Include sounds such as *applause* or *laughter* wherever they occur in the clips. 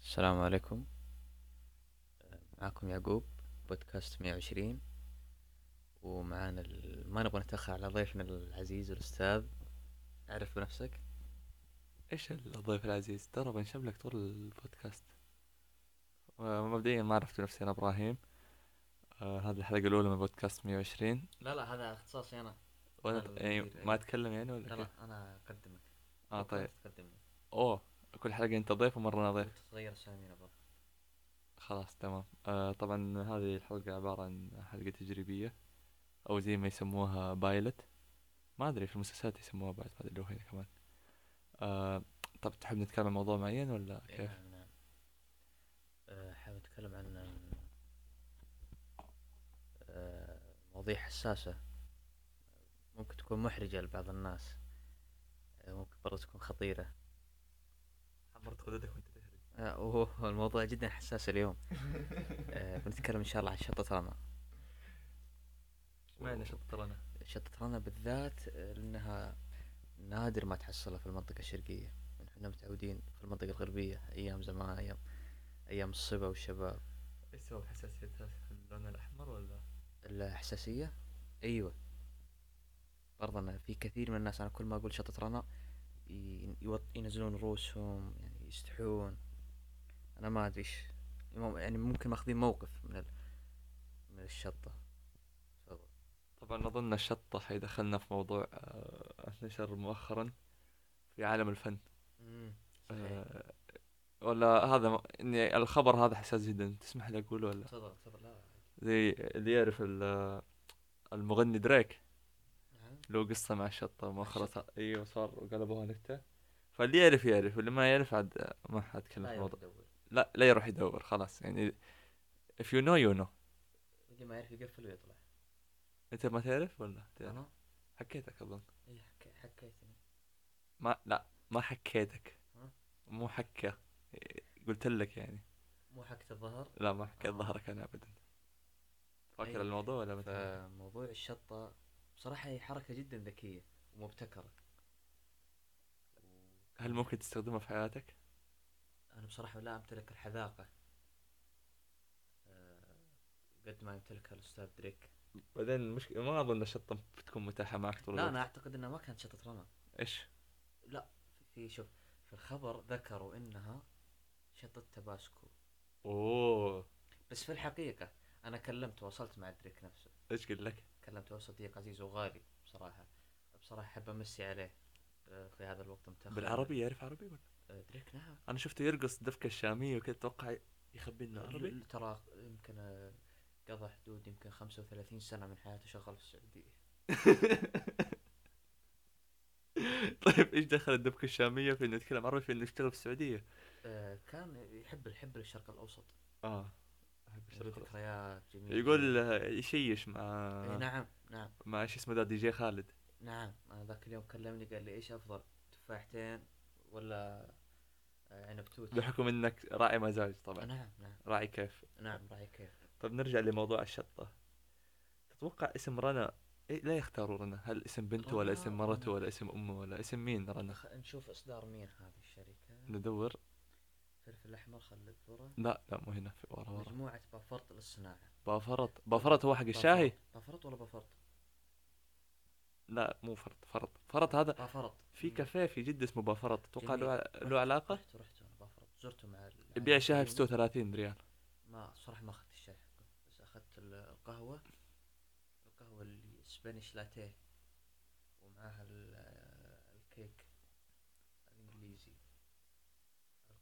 السلام عليكم معكم يعقوب بودكاست 120 ومعانا ال... ما نبغى نتأخر على ضيفنا العزيز الأستاذ أعرف بنفسك ايش الضيف العزيز ترى بنشم لك طول البودكاست آه، مبدئيا ما عرفت نفسي انا ابراهيم آه هذه الحلقه الاولى من بودكاست 120 لا لا هذا اختصاصي أنا وانا هذا يعني المدير، ما أيوة. اتكلم يعني ولا لا كيف؟ لا أنا أقدمك اه أنت طيب تقدمني اوه كل حلقه انت ضيف ومره انا ضيف تغير أسامينا برضه خلاص تمام آه طبعا هذه الحلقه عباره عن حلقه تجريبيه او زي ما يسموها بايلت ما ادري في المسلسلات يسموها بايلت ما ادري لو هنا كمان آه طب تحب نتكلم عن موضوع معين ولا إيه، كيف؟ نعم نعم آه، حابب أتكلم عن آه، مواضيع حساسة ممكن تكون محرجة لبعض الناس آه، ممكن برضه تكون خطيرة عمرت خدودك وانت تهري آه، اوه الموضوع جدا حساس اليوم آه، بنتكلم ان شاء الله عن شطة رنا اشمعنى شطت انا؟ شطة رنا بالذات آه، لانها نادر ما تحصلها في المنطقة الشرقية احنا متعودين في المنطقة الغربية ايام زمان ايام ايام الصبا والشباب ايش سبب حساسيتها في اللون الاحمر ولا؟ الحساسية ايوه برضه أنا في كثير من الناس انا كل ما اقول شطة رنا ي- يوط- ينزلون رؤوسهم يعني يستحون انا ما ادري ايش يعني ممكن ماخذين موقف من ال... من الشطة تفضل طبعا اظن الشطه حيدخلنا في موضوع آه، انتشر مؤخرا في عالم الفن مم، صحيح. آه، ولا هذا م- إني الخبر هذا حساس جدا تسمح لي اقوله ولا؟ تفضل تفضل لا زي اللي يعرف ال- المغني دريك نعم له قصه مع الشطه مؤخرا الشطة. صار- ايوه صار وقلبوها نكته فاللي يعرف يعرف واللي ما يعرف عاد آه، ما حاتكلم لا في الموضوع يروح يدور لا لا يروح يدور خلاص يعني if you know you know اللي ما يعرف يقفل ويطلع انت ما تعرف ولا؟ تعرف؟ انا حكيتك اظن اي حكي حكيتني ما لا ما حكيتك ها؟ مو حكة قلت لك يعني مو حكت الظهر لا ما حكيت آه. ظهرك انا ابدا فاكر أيوة. الموضوع ولا متى؟ فموضوع الشطة بصراحة هي حركة جدا ذكية ومبتكرة هل ممكن تستخدمها في حياتك؟ أنا بصراحة لا أمتلك الحذاقة آه، قد ما يمتلكها الأستاذ دريك بعدين المشكلة ما اظن الشطة بتكون متاحة معك طول لا الوقت أنا أعتقد أنها ما كانت شطة رنا ايش؟ في شوف في الخبر ذكروا أنها شطة تباسكو اوه بس في الحقيقة أنا كلمت وصلت مع دريك نفسه ايش قلت لك؟ كلمت هو صديق عزيز وغالي بصراحة بصراحة أحب أمسي عليه آه، في هذا الوقت متأخر بالعربي يعرف عربي ولا؟ آه، دريك نعم انا شفته يرقص دفكة الشامية وكذا اتوقع يخبي لنا عربي ل- ترى يمكن آه، قضى حدود يمكن 35 سنة من حياته شغال في السعودية *laughs* طيب ايش دخل الدبكة الشامية في انه يتكلم عربي في انه يشتغل في السعودية؟ آه، كان يحب الحب للشرق الأوسط اه أحب له الشرق ذكريات جميلة يقول آه، يشيش مع إيه نعم نعم مع شو اسمه ذا دي جي خالد نعم أنا ذاك اليوم كلمني قال لي إيش أفضل تفاحتين ولا آه، عنب توت بحكم انك راعي مزاج آه، طبعا نعم نعم راعي كيف نعم رأيك كيف طب نرجع لموضوع الشطه تتوقع اسم رنا إيه لا يختاروا رنا هل اسم بنته ولا رنا- اسم مرته رنا. ولا اسم امه ولا اسم مين رنا خ- نشوف إصدار مين هذه الشركة ندور فلفل احمر خل الذره لا لا مو هنا في ورا ورا مجموعه بافرط للصناعه بافرط بافرط هو حق الشاهي بافرط- بافرط ولا بافرط لا مو فرط فرط فرط هذا بافرط في مم. كافيه في جدة اسمه بافرط اتوقع جميل. له رحت- له علاقه رحت رحت انا بافرط زرته مع ال- يبيع الشاهي في القديمة. 36 ريال ما صراحه ما اخذت الشاي حقه بس اخذت ال- القهوه القهوه الاسبانيش لاتيه ومعاها ال- الكيك الانجليزي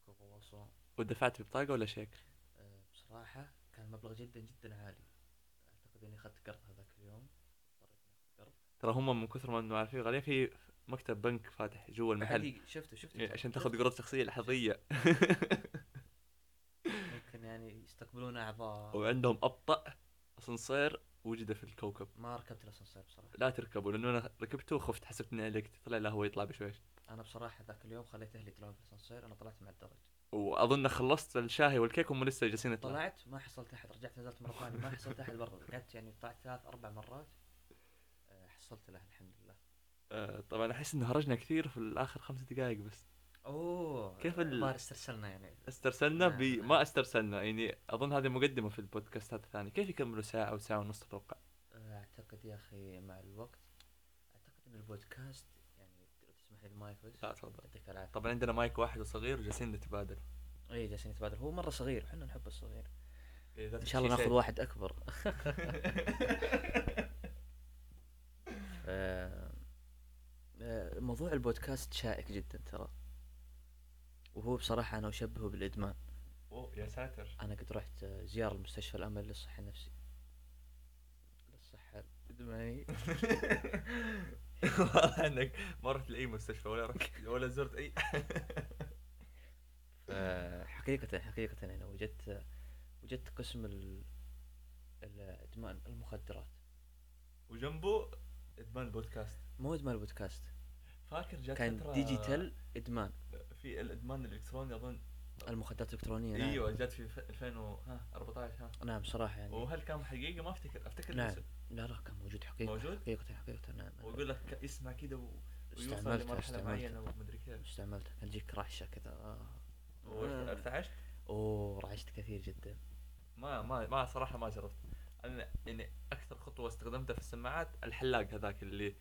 الكرواسون ودفعت ببطاقه ولا شيك آه، بصراحة كان مبلغ جدا جدا عالي أعتقد إني أخذت قرض هذاك اليوم اضطريت إني أخذ قرض ترى هم من كثر ما انه عارفين غاليين في مكتب بنك فاتح جوا المحل حقيقي شفته شفته يعني عشان تاخذ قروض شخصيه لحظيه ممكن يعني يستقبلون اعضاء وعندهم ابطا اسانسير وجده في الكوكب ما ركبت الاسانسير بصراحه لا تركبوا لانه انا ركبته وخفت حسبت اني علقت طلع لا هو يطلع بشويش انا بصراحه ذاك اليوم خليت اهلي يطلعون في الاسانسير انا طلعت مع الدرج واظن خلصت الشاهي والكيك هم لسه جالسين يطلعوا طلعت ما حصلت احد رجعت نزلت مره ثانيه ما حصلت احد برا قعدت يعني طلعت ثلاث اربع مرات آه، حصلت له الحمد لله آه طبعا احس انه هرجنا كثير في الاخر خمس دقائق بس اوه كيف ال- الظاهر استرسلنا يعني استرسلنا نعم، بي نعم. ما استرسلنا يعني اظن هذه مقدمه في البودكاستات الثانيه كيف يكملوا ساعه او ساعه ونص تتوقع اعتقد آه، يا اخي مع الوقت اعتقد ان البودكاست يعني لو تسمح لي المايفز لا تفضل يعطيك العافيه طبعا عندنا مايك واحد وصغير وجالسين نتبادل اي جالسين نتبادل هو مره صغير احنا نحب الصغير ان ان شاء الله ناخذ واحد اكبر آه، آه، موضوع البودكاست شائك جدا ترى وهو بصراحة أنا أشبهه بالإدمان اوه يا ساتر *laughs* أنا قد رحت آه، زيارة لمستشفى الأمل للصحة النفسية للصحة الإدمانية والله انك ما رحت لاي مستشفى ولا رحت ولا زرت اي آه، حقيقة حقيقة أنا وجدت آه، وجدت قسم ال- الإدمان المخدرات وجنبه ادمان بودكاست مو إدمان البودكاست فاكر جات كان فترة ديجيتال إدمان في الادمان الالكتروني اظن المخدرات الإلكترونية نعم. ايوه جات في ف- 2000 و- ها 14 ها نعم صراحة يعني وهل كان حقيقه ما افتكر افتكر نعم. بس- لا لا كان موجود حقيقة موجود؟ حقيقة حقيقة نعم واقول لك ك- اسمع كده و- ويوصل استعملته لمرحله معينه استعملته ومدري كيف استعملته كان تجيك رعشة كذا آه. آه. وارتعشت اوه رعشت كثير جدا ما ما ما صراحه ما جربت انا يعني اكثر خطوه استخدمتها في السماعات الحلاق هذاك اللي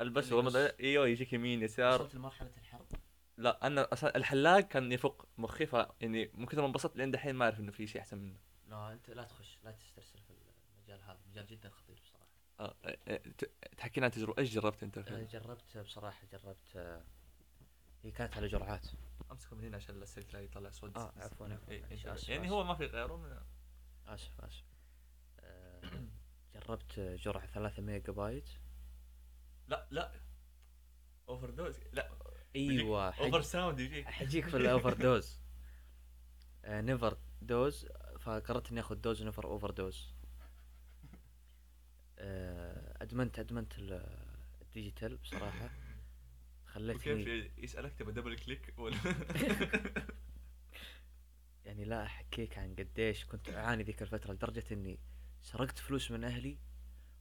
البسه اللي وما أدري- ايوه يجيك يمين يسار وصلت لمرحلة الحرب لا انا اصلا الحلاق كان يفك مخي ف يعني من كثر ما انبسطت لين دحين ما اعرف انه في شيء احسن منه لا انت لا تخش لا تسترسل في المجال هذا مجال جدا خطير بصراحة آه، آه، آه، ت- تحكي لنا عن تجربه ايش جربت انت آه، في جربت بصراحة جربت آه، هي كانت على جرعات امسكه من هنا عشان لا السلك لا يطلع صوت آه، عفواً، عفواً. إيه، معليش، أنت- آسف، يعني آسف. هو ما في غيره من- اسف اسف آه، جربت آه، جرعة ثلاثة ميجا بايت لا لا اوفر دوز لا ايوه *laughs* حق- اوفر ساوند يجيك حجيك في آه، الاوفر دوز نيفر دوز فقررت اني اخذ دوز نيفر اوفر دوز ادمنت ادمنت آه، ال- الديجيتال بصراحه وكيف خلتني يسالك تبى دبل كليك *laughs* ولا يعني لا احكيك عن قديش كنت اعاني ذيك الفتره لدرجه اني سرقت فلوس من اهلي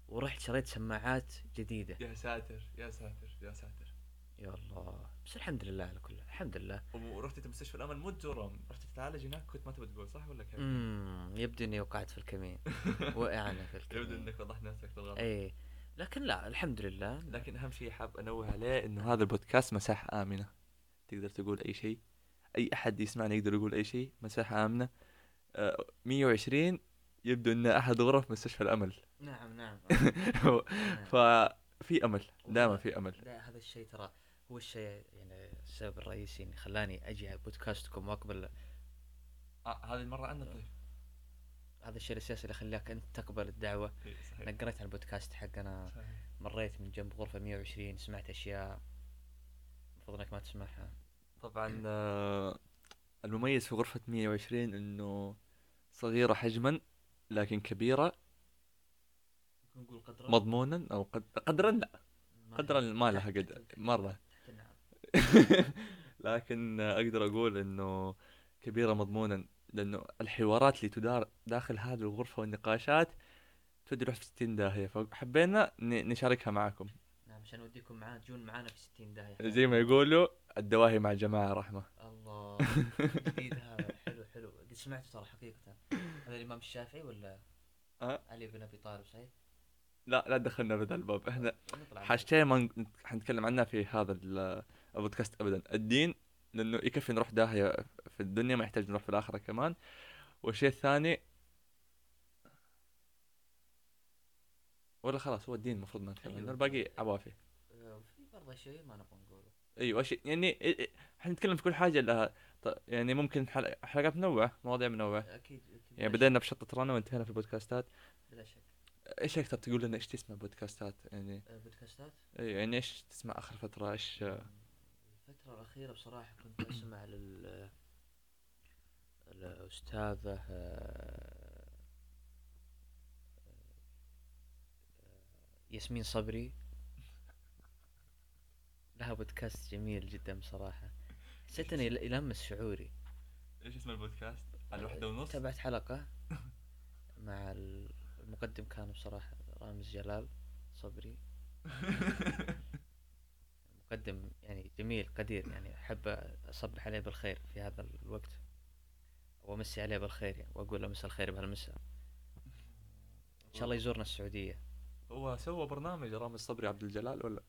ورحت شريت سماعات جديده يا ساتر يا ساتر يا ساتر يا الله بس الحمد لله على كل الحمد لله ورحت انت مستشفى الامل مو تزورهم رحت تتعالج هناك كنت ما تبى تقول صح ولا كيف؟ *laughs* امم يبدو اني وقعت في الكمين وقعنا في الكمين يبدو انك وضحت نفسك بالغلط ايه لكن لا الحمد لله لكن اهم شيء حاب انوه عليه انه هذا البودكاست مساحه امنه تقدر تقول اي شيء اي احد يسمعنا يقدر يقول اي شيء مساحه امنه آه، 120 يبدو ان احد غرف مستشفى *laughs* الامل نعم نعم ففي امل دائما في امل لا هذا الشيء ترى هو الشيء يعني السبب الرئيسي اللي خلاني اجي على بودكاستكم واقبل هذه المره عنا طيب هذا الشيء الاساسي اللي خلاك انت تقبل الدعوه إيه، انا قريت عن البودكاست حقنا مريت من جنب غرفه 120 سمعت اشياء المفروض انك ما تسمعها طبعا آه، المميز في غرفة 120 انه صغيرة حجما لكن كبيرة نقول قدرا مضمونا او قد... قدرا لا قدرا ما لها قدر مرة نعم، *laughs* لكن آه، اقدر اقول انه كبيرة مضمونا لانه الحوارات اللي تدار داخل هذه الغرفة والنقاشات تدرح في 60 داهية فحبينا ن- نشاركها معكم نعم عشان اوديكم معانا تجون معانا في 60 داهيه *laughs* زي ما يقولوا الدواهي مع الجماعة رحمة *laughs* الله جديد هذا حلو حلو قد سمعته ترى حقيقة هذا الإمام الشافعي ولا أه؟ علي بن أبي طالب صحيح؟ لا لا دخلنا بهذا الباب احنا نطلع من حاجتين ما ن- حنتكلم عنها في هذا ال- البودكاست ابدا الدين لانه يكفي نروح داهيه في الدنيا ما يحتاج نروح في الاخره كمان والشيء الثاني ولا خلاص هو الدين المفروض ما نتكلم أيوة. عنه الباقي عوافي هذا. آه، وفي برضه شيء ما نبغى نقوله ايوه شيء يعني إي- إي- حنتكلم في كل حاجه لها ط- يعني ممكن حل- حلقات منوعه مواضيع منوعه أكيد أكيد يعني بلا بدينا بشطة رنا وانتهينا في البودكاستات شك- بلا شك ايش اكثر تقول لنا ايش تسمع بودكاستات يعني آه، بودكاستات إي، يعني ايش تسمع اخر فتره ايش الفترة الأخيرة بصراحة كنت أسمع لل آه، الأستاذة آه، آه، ياسمين صبري لها بودكاست جميل جدا بصراحة حسيت انه يل- يلمس شعوري ايش اسم البودكاست؟ تابعت حلقة *laughs* مع ال- المقدم *laughs* كان بصراحة رامز جلال صبري مقدم يعني جميل قدير يعني أحب أصبح عليه بالخير في هذا الوقت وأمسي عليه بالخير يعني وأقول له مساء الخير بهالمساء إن شاء الله يزورنا السعودية هو سوى برنامج رامي صبري عبد الجلال ولا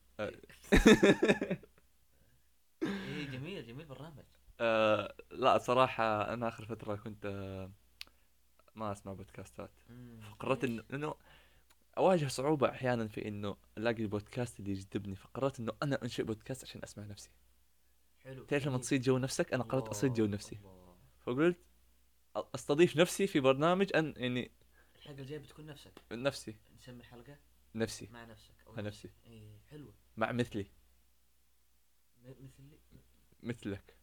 إيه جميل جميل برنامج آه لا صراحة أنا آخر فترة كنت آه ما أسمع بودكاستات فقرات إنه لأنه أواجه صعوبة أحيانا في إنه ألاقي البودكاست اللي يجذبني فقررت إنه أنا أنشئ بودكاست عشان أسمع نفسي حلو تعرف لما تصيد جو نفسك أنا قررت أصيد جو الله- نفسي الله. فقلت أستضيف نفسي في برنامج أن يعني الحلقة الجاية بتكون نفسك نفسي نسمي الحلقة نفسي مع نفسك أو إيه. مع نفسي إيه حلوة مع مثلي م- مثلي مثلك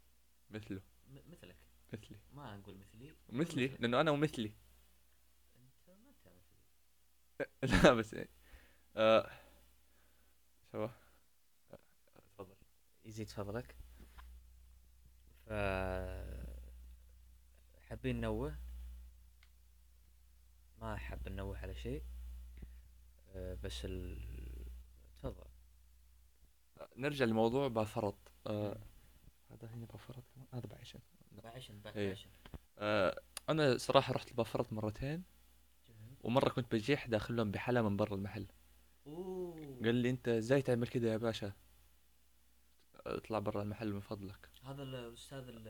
مثله م- مثلك مثلي ما نقول مثلي نقول مثلي لأنه أنا ومثلي أنت ما أنت مثلي *laughs* لا بس إيه. آه شو تفضل يزيد فضلك ف حابين ننوه ما حاب ننوه على شيء أه، بس ال تفضل نرجع لموضوع بافرط آه هذا هنا بافرط كمان؟ هذا بعيشن بعشن إيه. بعشن آه انا صراحه رحت لبافرط مرتين ومره كنت بجيح داخلهم بحلا من برا المحل اوه قال لي انت ازاي تعمل كده يا باشا اطلع برا المحل من فضلك هذا الاستاذ ال-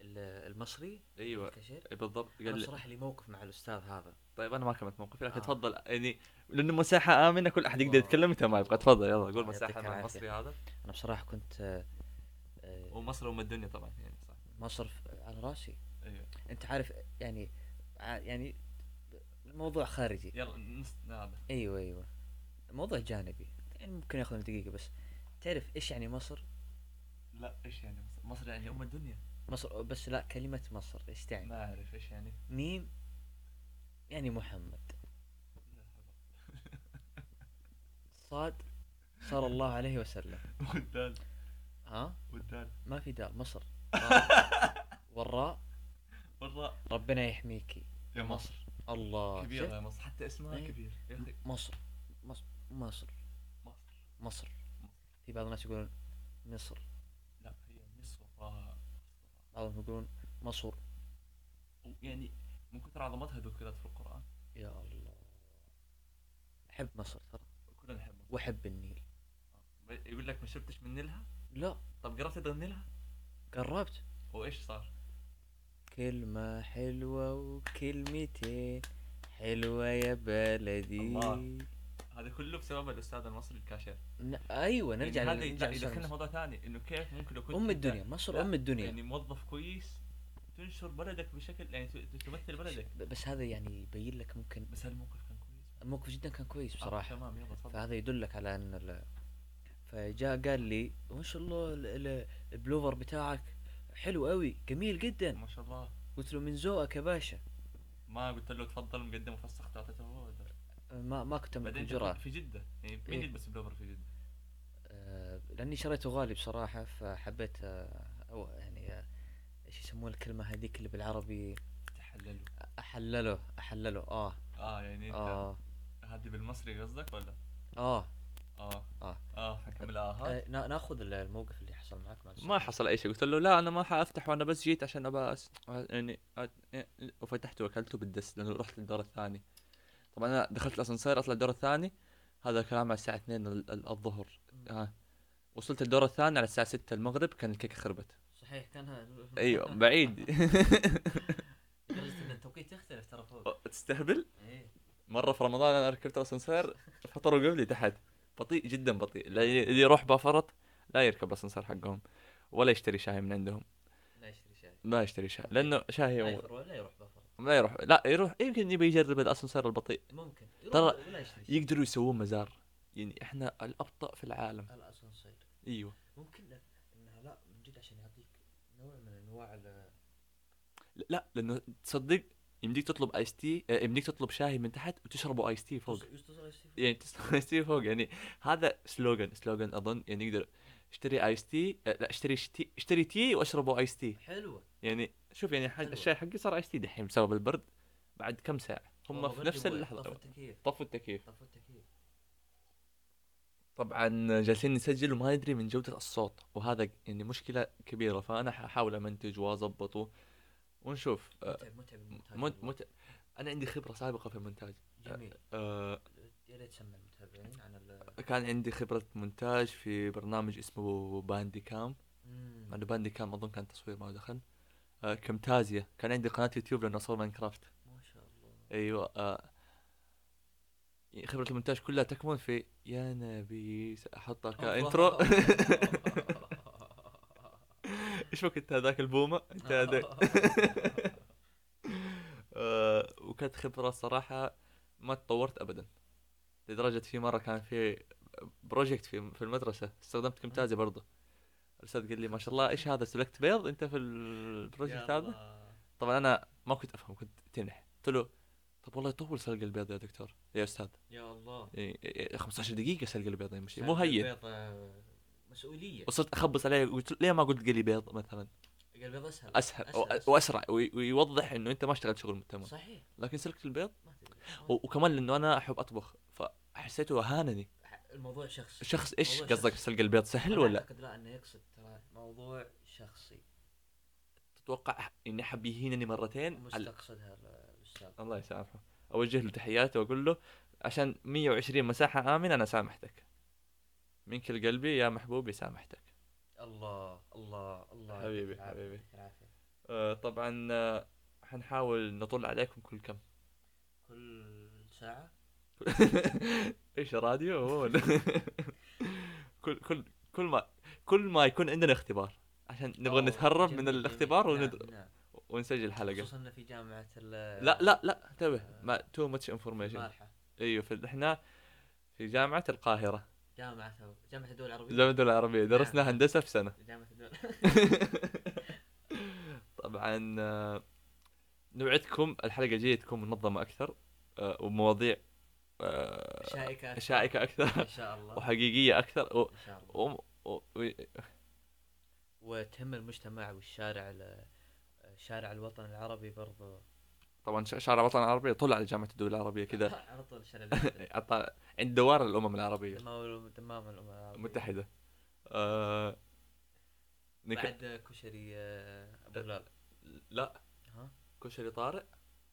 ال- المصري ايوه الكاشير بالضبط انا قال لي صراحه لي موقف مع الاستاذ هذا طيب انا ما كلمت موقفي لكن آه. تفضل يعني لانه مساحه امنه كل احد يقدر الله. يتكلم انت ما يبغى تفضل يلا قول الله مساحه يعطيك مع العافية. المصري هذا انا بصراحه كنت أه، أه، ومصر ام الدنيا طبعا يعني صح مصر ف- على راسي ايوه انت عارف يعني ع- يعني موضوع خارجي يلا نس... نعم. هذا ايوه ايوه موضوع جانبي يعني ممكن ياخذ دقيقه بس تعرف ايش يعني مصر لا ايش يعني مصر؟ مصر يعني ام الدنيا مصر بس لا كلمه مصر ايش تعني ما اعرف ايش يعني *laughs* ميم يعني محمد صاد صلى الله عليه وسلم والدال ها والدال ما في دال مصر والراء والراء ربنا يحميكي يا مصر. الله كبيرة يا شفت؟ مصر حتى اسمها إيه. كبير يا اخي مصر مصر مصر مصر مصر في بعض الناس يقولون مصر لا هي مصر آه. بعضهم يقولون مصر يعني من كثر عظمتها ذكرت في القران يا الله احب مصر ترى كلنا نحب مصر واحب النيل آه. يقول لك ما شربتش من نيلها لا طب قربت تغني لها قربت وايش صار؟ كلمة حلوة وكلمتين حلوة يا بلدي الله. هذا كله بسبب الاستاذ المصري الكاشير ن... أيوة نرجع يعني هذا لل- يدخل- للأستاذ يدخلنا مصر. موضوع ثاني انه كيف ممكن لو كنت أم أنت الدنيا مصر لا، أم الدنيا يعني موظف كويس تنشر بلدك بشكل يعني ت- تمثل بلدك ب- بس هذا يعني يبين لك ممكن بس هالموقف كان كويس الموقف جدا كان كويس آه، بصراحة تمام يلا تفضل فهذا يدلك على أن ال... فجاء قال لي ما شاء الله ال- ال- البلوفر بتاعك حلو قوي جميل جدا ما شاء الله قلت له من ذوقك يا باشا ما قلت له تفضل مقدم مفسخ تعطيته هو ده. أه، ما ما كنت املك بعدين أنت الجرأة كنت في جده يعني مين إيه. يلبس بلوفر في جده؟ آه، لاني شريته غالي بصراحه فحبيت آه، أو يعني آه، ايش يسمون الكلمه هذيك اللي بالعربي تحلله احلله احلله اه اه يعني انت اه هذه بالمصري قصدك ولا؟ اه اه آه. اه حكمل اه آه، نا- ناخذ ال- الموقف اللي حصل معك مع ما حصل اي شيء قلت له لا انا ما حافتح وانا بس جيت عشان ابى أس... يعني أ- إيه، وفتحته واكلته بالدس لانه رحت للدور الثاني طبعا انا دخلت الاسانسير اطلع الدور الثاني هذا الكلام على الساعه 2 ال- ال- الظهر آه. وصلت الدور الثاني على الساعه 6 المغرب كان الكيكه خربت صحيح كان هذا- *laughs* ايوه بعيد لدرجه ان التوقيت يختلف ترى أه. فوق تستهبل إيه. مره في رمضان انا ركبت الاسانسير فطروا قبلي تحت بطيء جدا بطيء لا- اللي يروح بافرط لا يركب الاسانسير حقهم ولا يشتري شاي من عندهم لا يشتري شاي ما يشتري شاي لانه شاي لا هو يفر ولا يروح بفر ما يروح لا يروح يمكن يبي يجرب الاسانسير البطيء ممكن يروح ترى ولا يشتري شاي يقدروا يسووه مزار يعني احنا الابطا في العالم الاسانسير ايوه ممكن انها لا من جد عشان يعطيك نوع من انواع ال- لا لانه تصدق يمديك تطلب ايس تي آه، يمديك تطلب شاي من تحت وتشربه ايس تي فوق يستوصل يشتري فوق. يعني تشرب *laughs* ايس تي فوق يعني هذا سلوغان سلوغان اظن يعني يقدر اشتري ايس تي آه، لا اشتري شتي اشتري تي واشربه ايس تي حلوه يعني شوف يعني حق حلوة. الشاي حقي صار ايس تي دحين بسبب البرد بعد كم ساعه هم والله في نفس برجي بوي، اللحظه طفوا التكييف طفوا التكييف طفوا التكييف طبعا جالسين نسجل وما ندري من جودة الصوت وهذا يعني مشكلة كبيرة فأنا حاحاول أمنتج وأظبطه ونشوف آه، متعب متعب المونتاج مت والله. مت أنا عندي خبرة سابقة في المونتاج جميل آه، يا ريت سمع المتابعين عن ال كان عندي خبرة مونتاج في برنامج اسمه باندي كام مم. مع انه باندي كام اظن كان تصوير ما دخل آه كمتازيا كان عندي قناه يوتيوب لانه اصور ماينكرافت ما شاء الله ايوه آه خبره المونتاج كلها تكمن في يا نبي ساحطها *laughs* *laughs* كانترو ايش فيك انت هذاك البومه انت هذاك *laughs* آه وكانت خبره صراحه ما تطورت ابدا لدرجه في مره كان في بروجكت في في المدرسه استخدمت كمتازيا برضه الاستاذ قال لي ما شاء الله ايش هذا سلكت بيض انت في البروجكت هذا طبعا انا ما كنت افهم كنت تنح قلت له طب والله يطول سلق البيض يا دكتور يا استاذ يا الله إيه، إيه، 15 دقيقه سلق البيض يا مشي مو هين البيض آه، مسؤوليه وصرت اخبص عليه قلت له، ليه ما قلت لي بيض مثلا البيض اسهل اسهل وأ- واسرع وي- ويوضح انه انت ما اشتغلت شغل مؤتمر صحيح لكن سلكت البيض ما تدري و- وكمان لانه انا احب اطبخ فحسيته اهانني الموضوع شخصي الشخص ايش موضوع قصدك شخصي. سلق البيض سهل أنا ولا اعتقد لا انه يقصد ترى موضوع شخصي تتوقع اني حب يهينني مرتين على- مستقصدها ال- الاستاذ الله يسامحه اوجه له تحياتي واقول له عشان 120 مساحه امنه انا سامحتك من كل قلبي يا محبوبي سامحتك الله الله الله يعطيك حبيبي، العافية، حبيبي. يعطيك العافية. أه طبعا آه، حنحاول نطل عليكم كل كم *laughs* كل ساعة ايش راديو هو ولا *laughs* كل كل كل ما كل ما يكون عندنا اختبار عشان نبغى أوه، نتهرب جميل، من جميل. الاختبار نعم، وند... نعم. ونسجل حلقه خصوصا انه في جامعة ال لا لا لا انتبه آه. ما تو ماتش انفورميشن المارحة ايوه في- احنا في جامعه القاهره جامعة جامعة الدول العربية جامعه الدول العربيه نعم. درسنا هندسه في سنه جامعة الدول *laughs* طبعا آه، نوعدكم الحلقه الجايه تكون منظمه اكثر آه، ومواضيع آه، شائكة أكثر. شائكه ان *laughs* اكثر شاء الله وحقيقيه اكثر و... ان شاء الله و... و... و... وتهم المجتمع والشارع ال- شارع الوطن العربي برضو طبعا ش- شارع الوطن العربي طلع لجامعه الدول العربيه كذا *laughs* على طول شارع *laughs* الوطن. عطى عند دوار الامم العربيه دمام دمام الأمم العربية المتحده آه... نك... بعد كشري آه، أه. ابو هلال لا ها كشري طارئ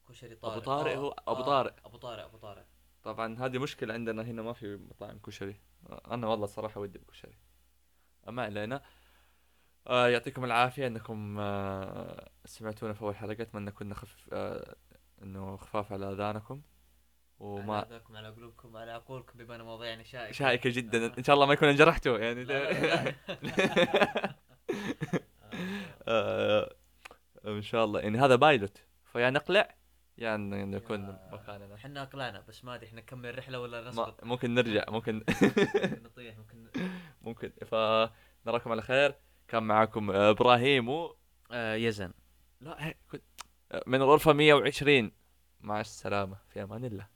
كشري طارق ابو طارئ هو ابو طارئ ابو طارق ابو طارق طبعا هذه مشكلة عندنا هنا ما في مطاعم كشري أنا والله صراحة ودي بكشري ما علينا آه يعطيكم العافية أنكم آه سمعتونا في أول حلقة أتمنى كنا خف آه إنه خفاف على أذانكم وما وما على على قلوبكم على عقولكم بما يعني أن مواضيعنا شائكة شائكة جدا إن شاء الله ما يكون انجرحتوا يعني آه. لا، لا، لا. *laughs* آه إن شاء الله يعني هذا بايلوت فيا نقلع يا يعني نكون يا- مكاننا احنا اقلعنا بس ما ادري احنا نكمل الرحله ولا ما- نسقط ممكن نرجع ممكن ممكن نطيح ممكن ممكن فنراكم على خير كان معكم آه، ابراهيم و... يزن آه، لا هيك كنت آه، من غرفة 120 مع السلامة في امان الله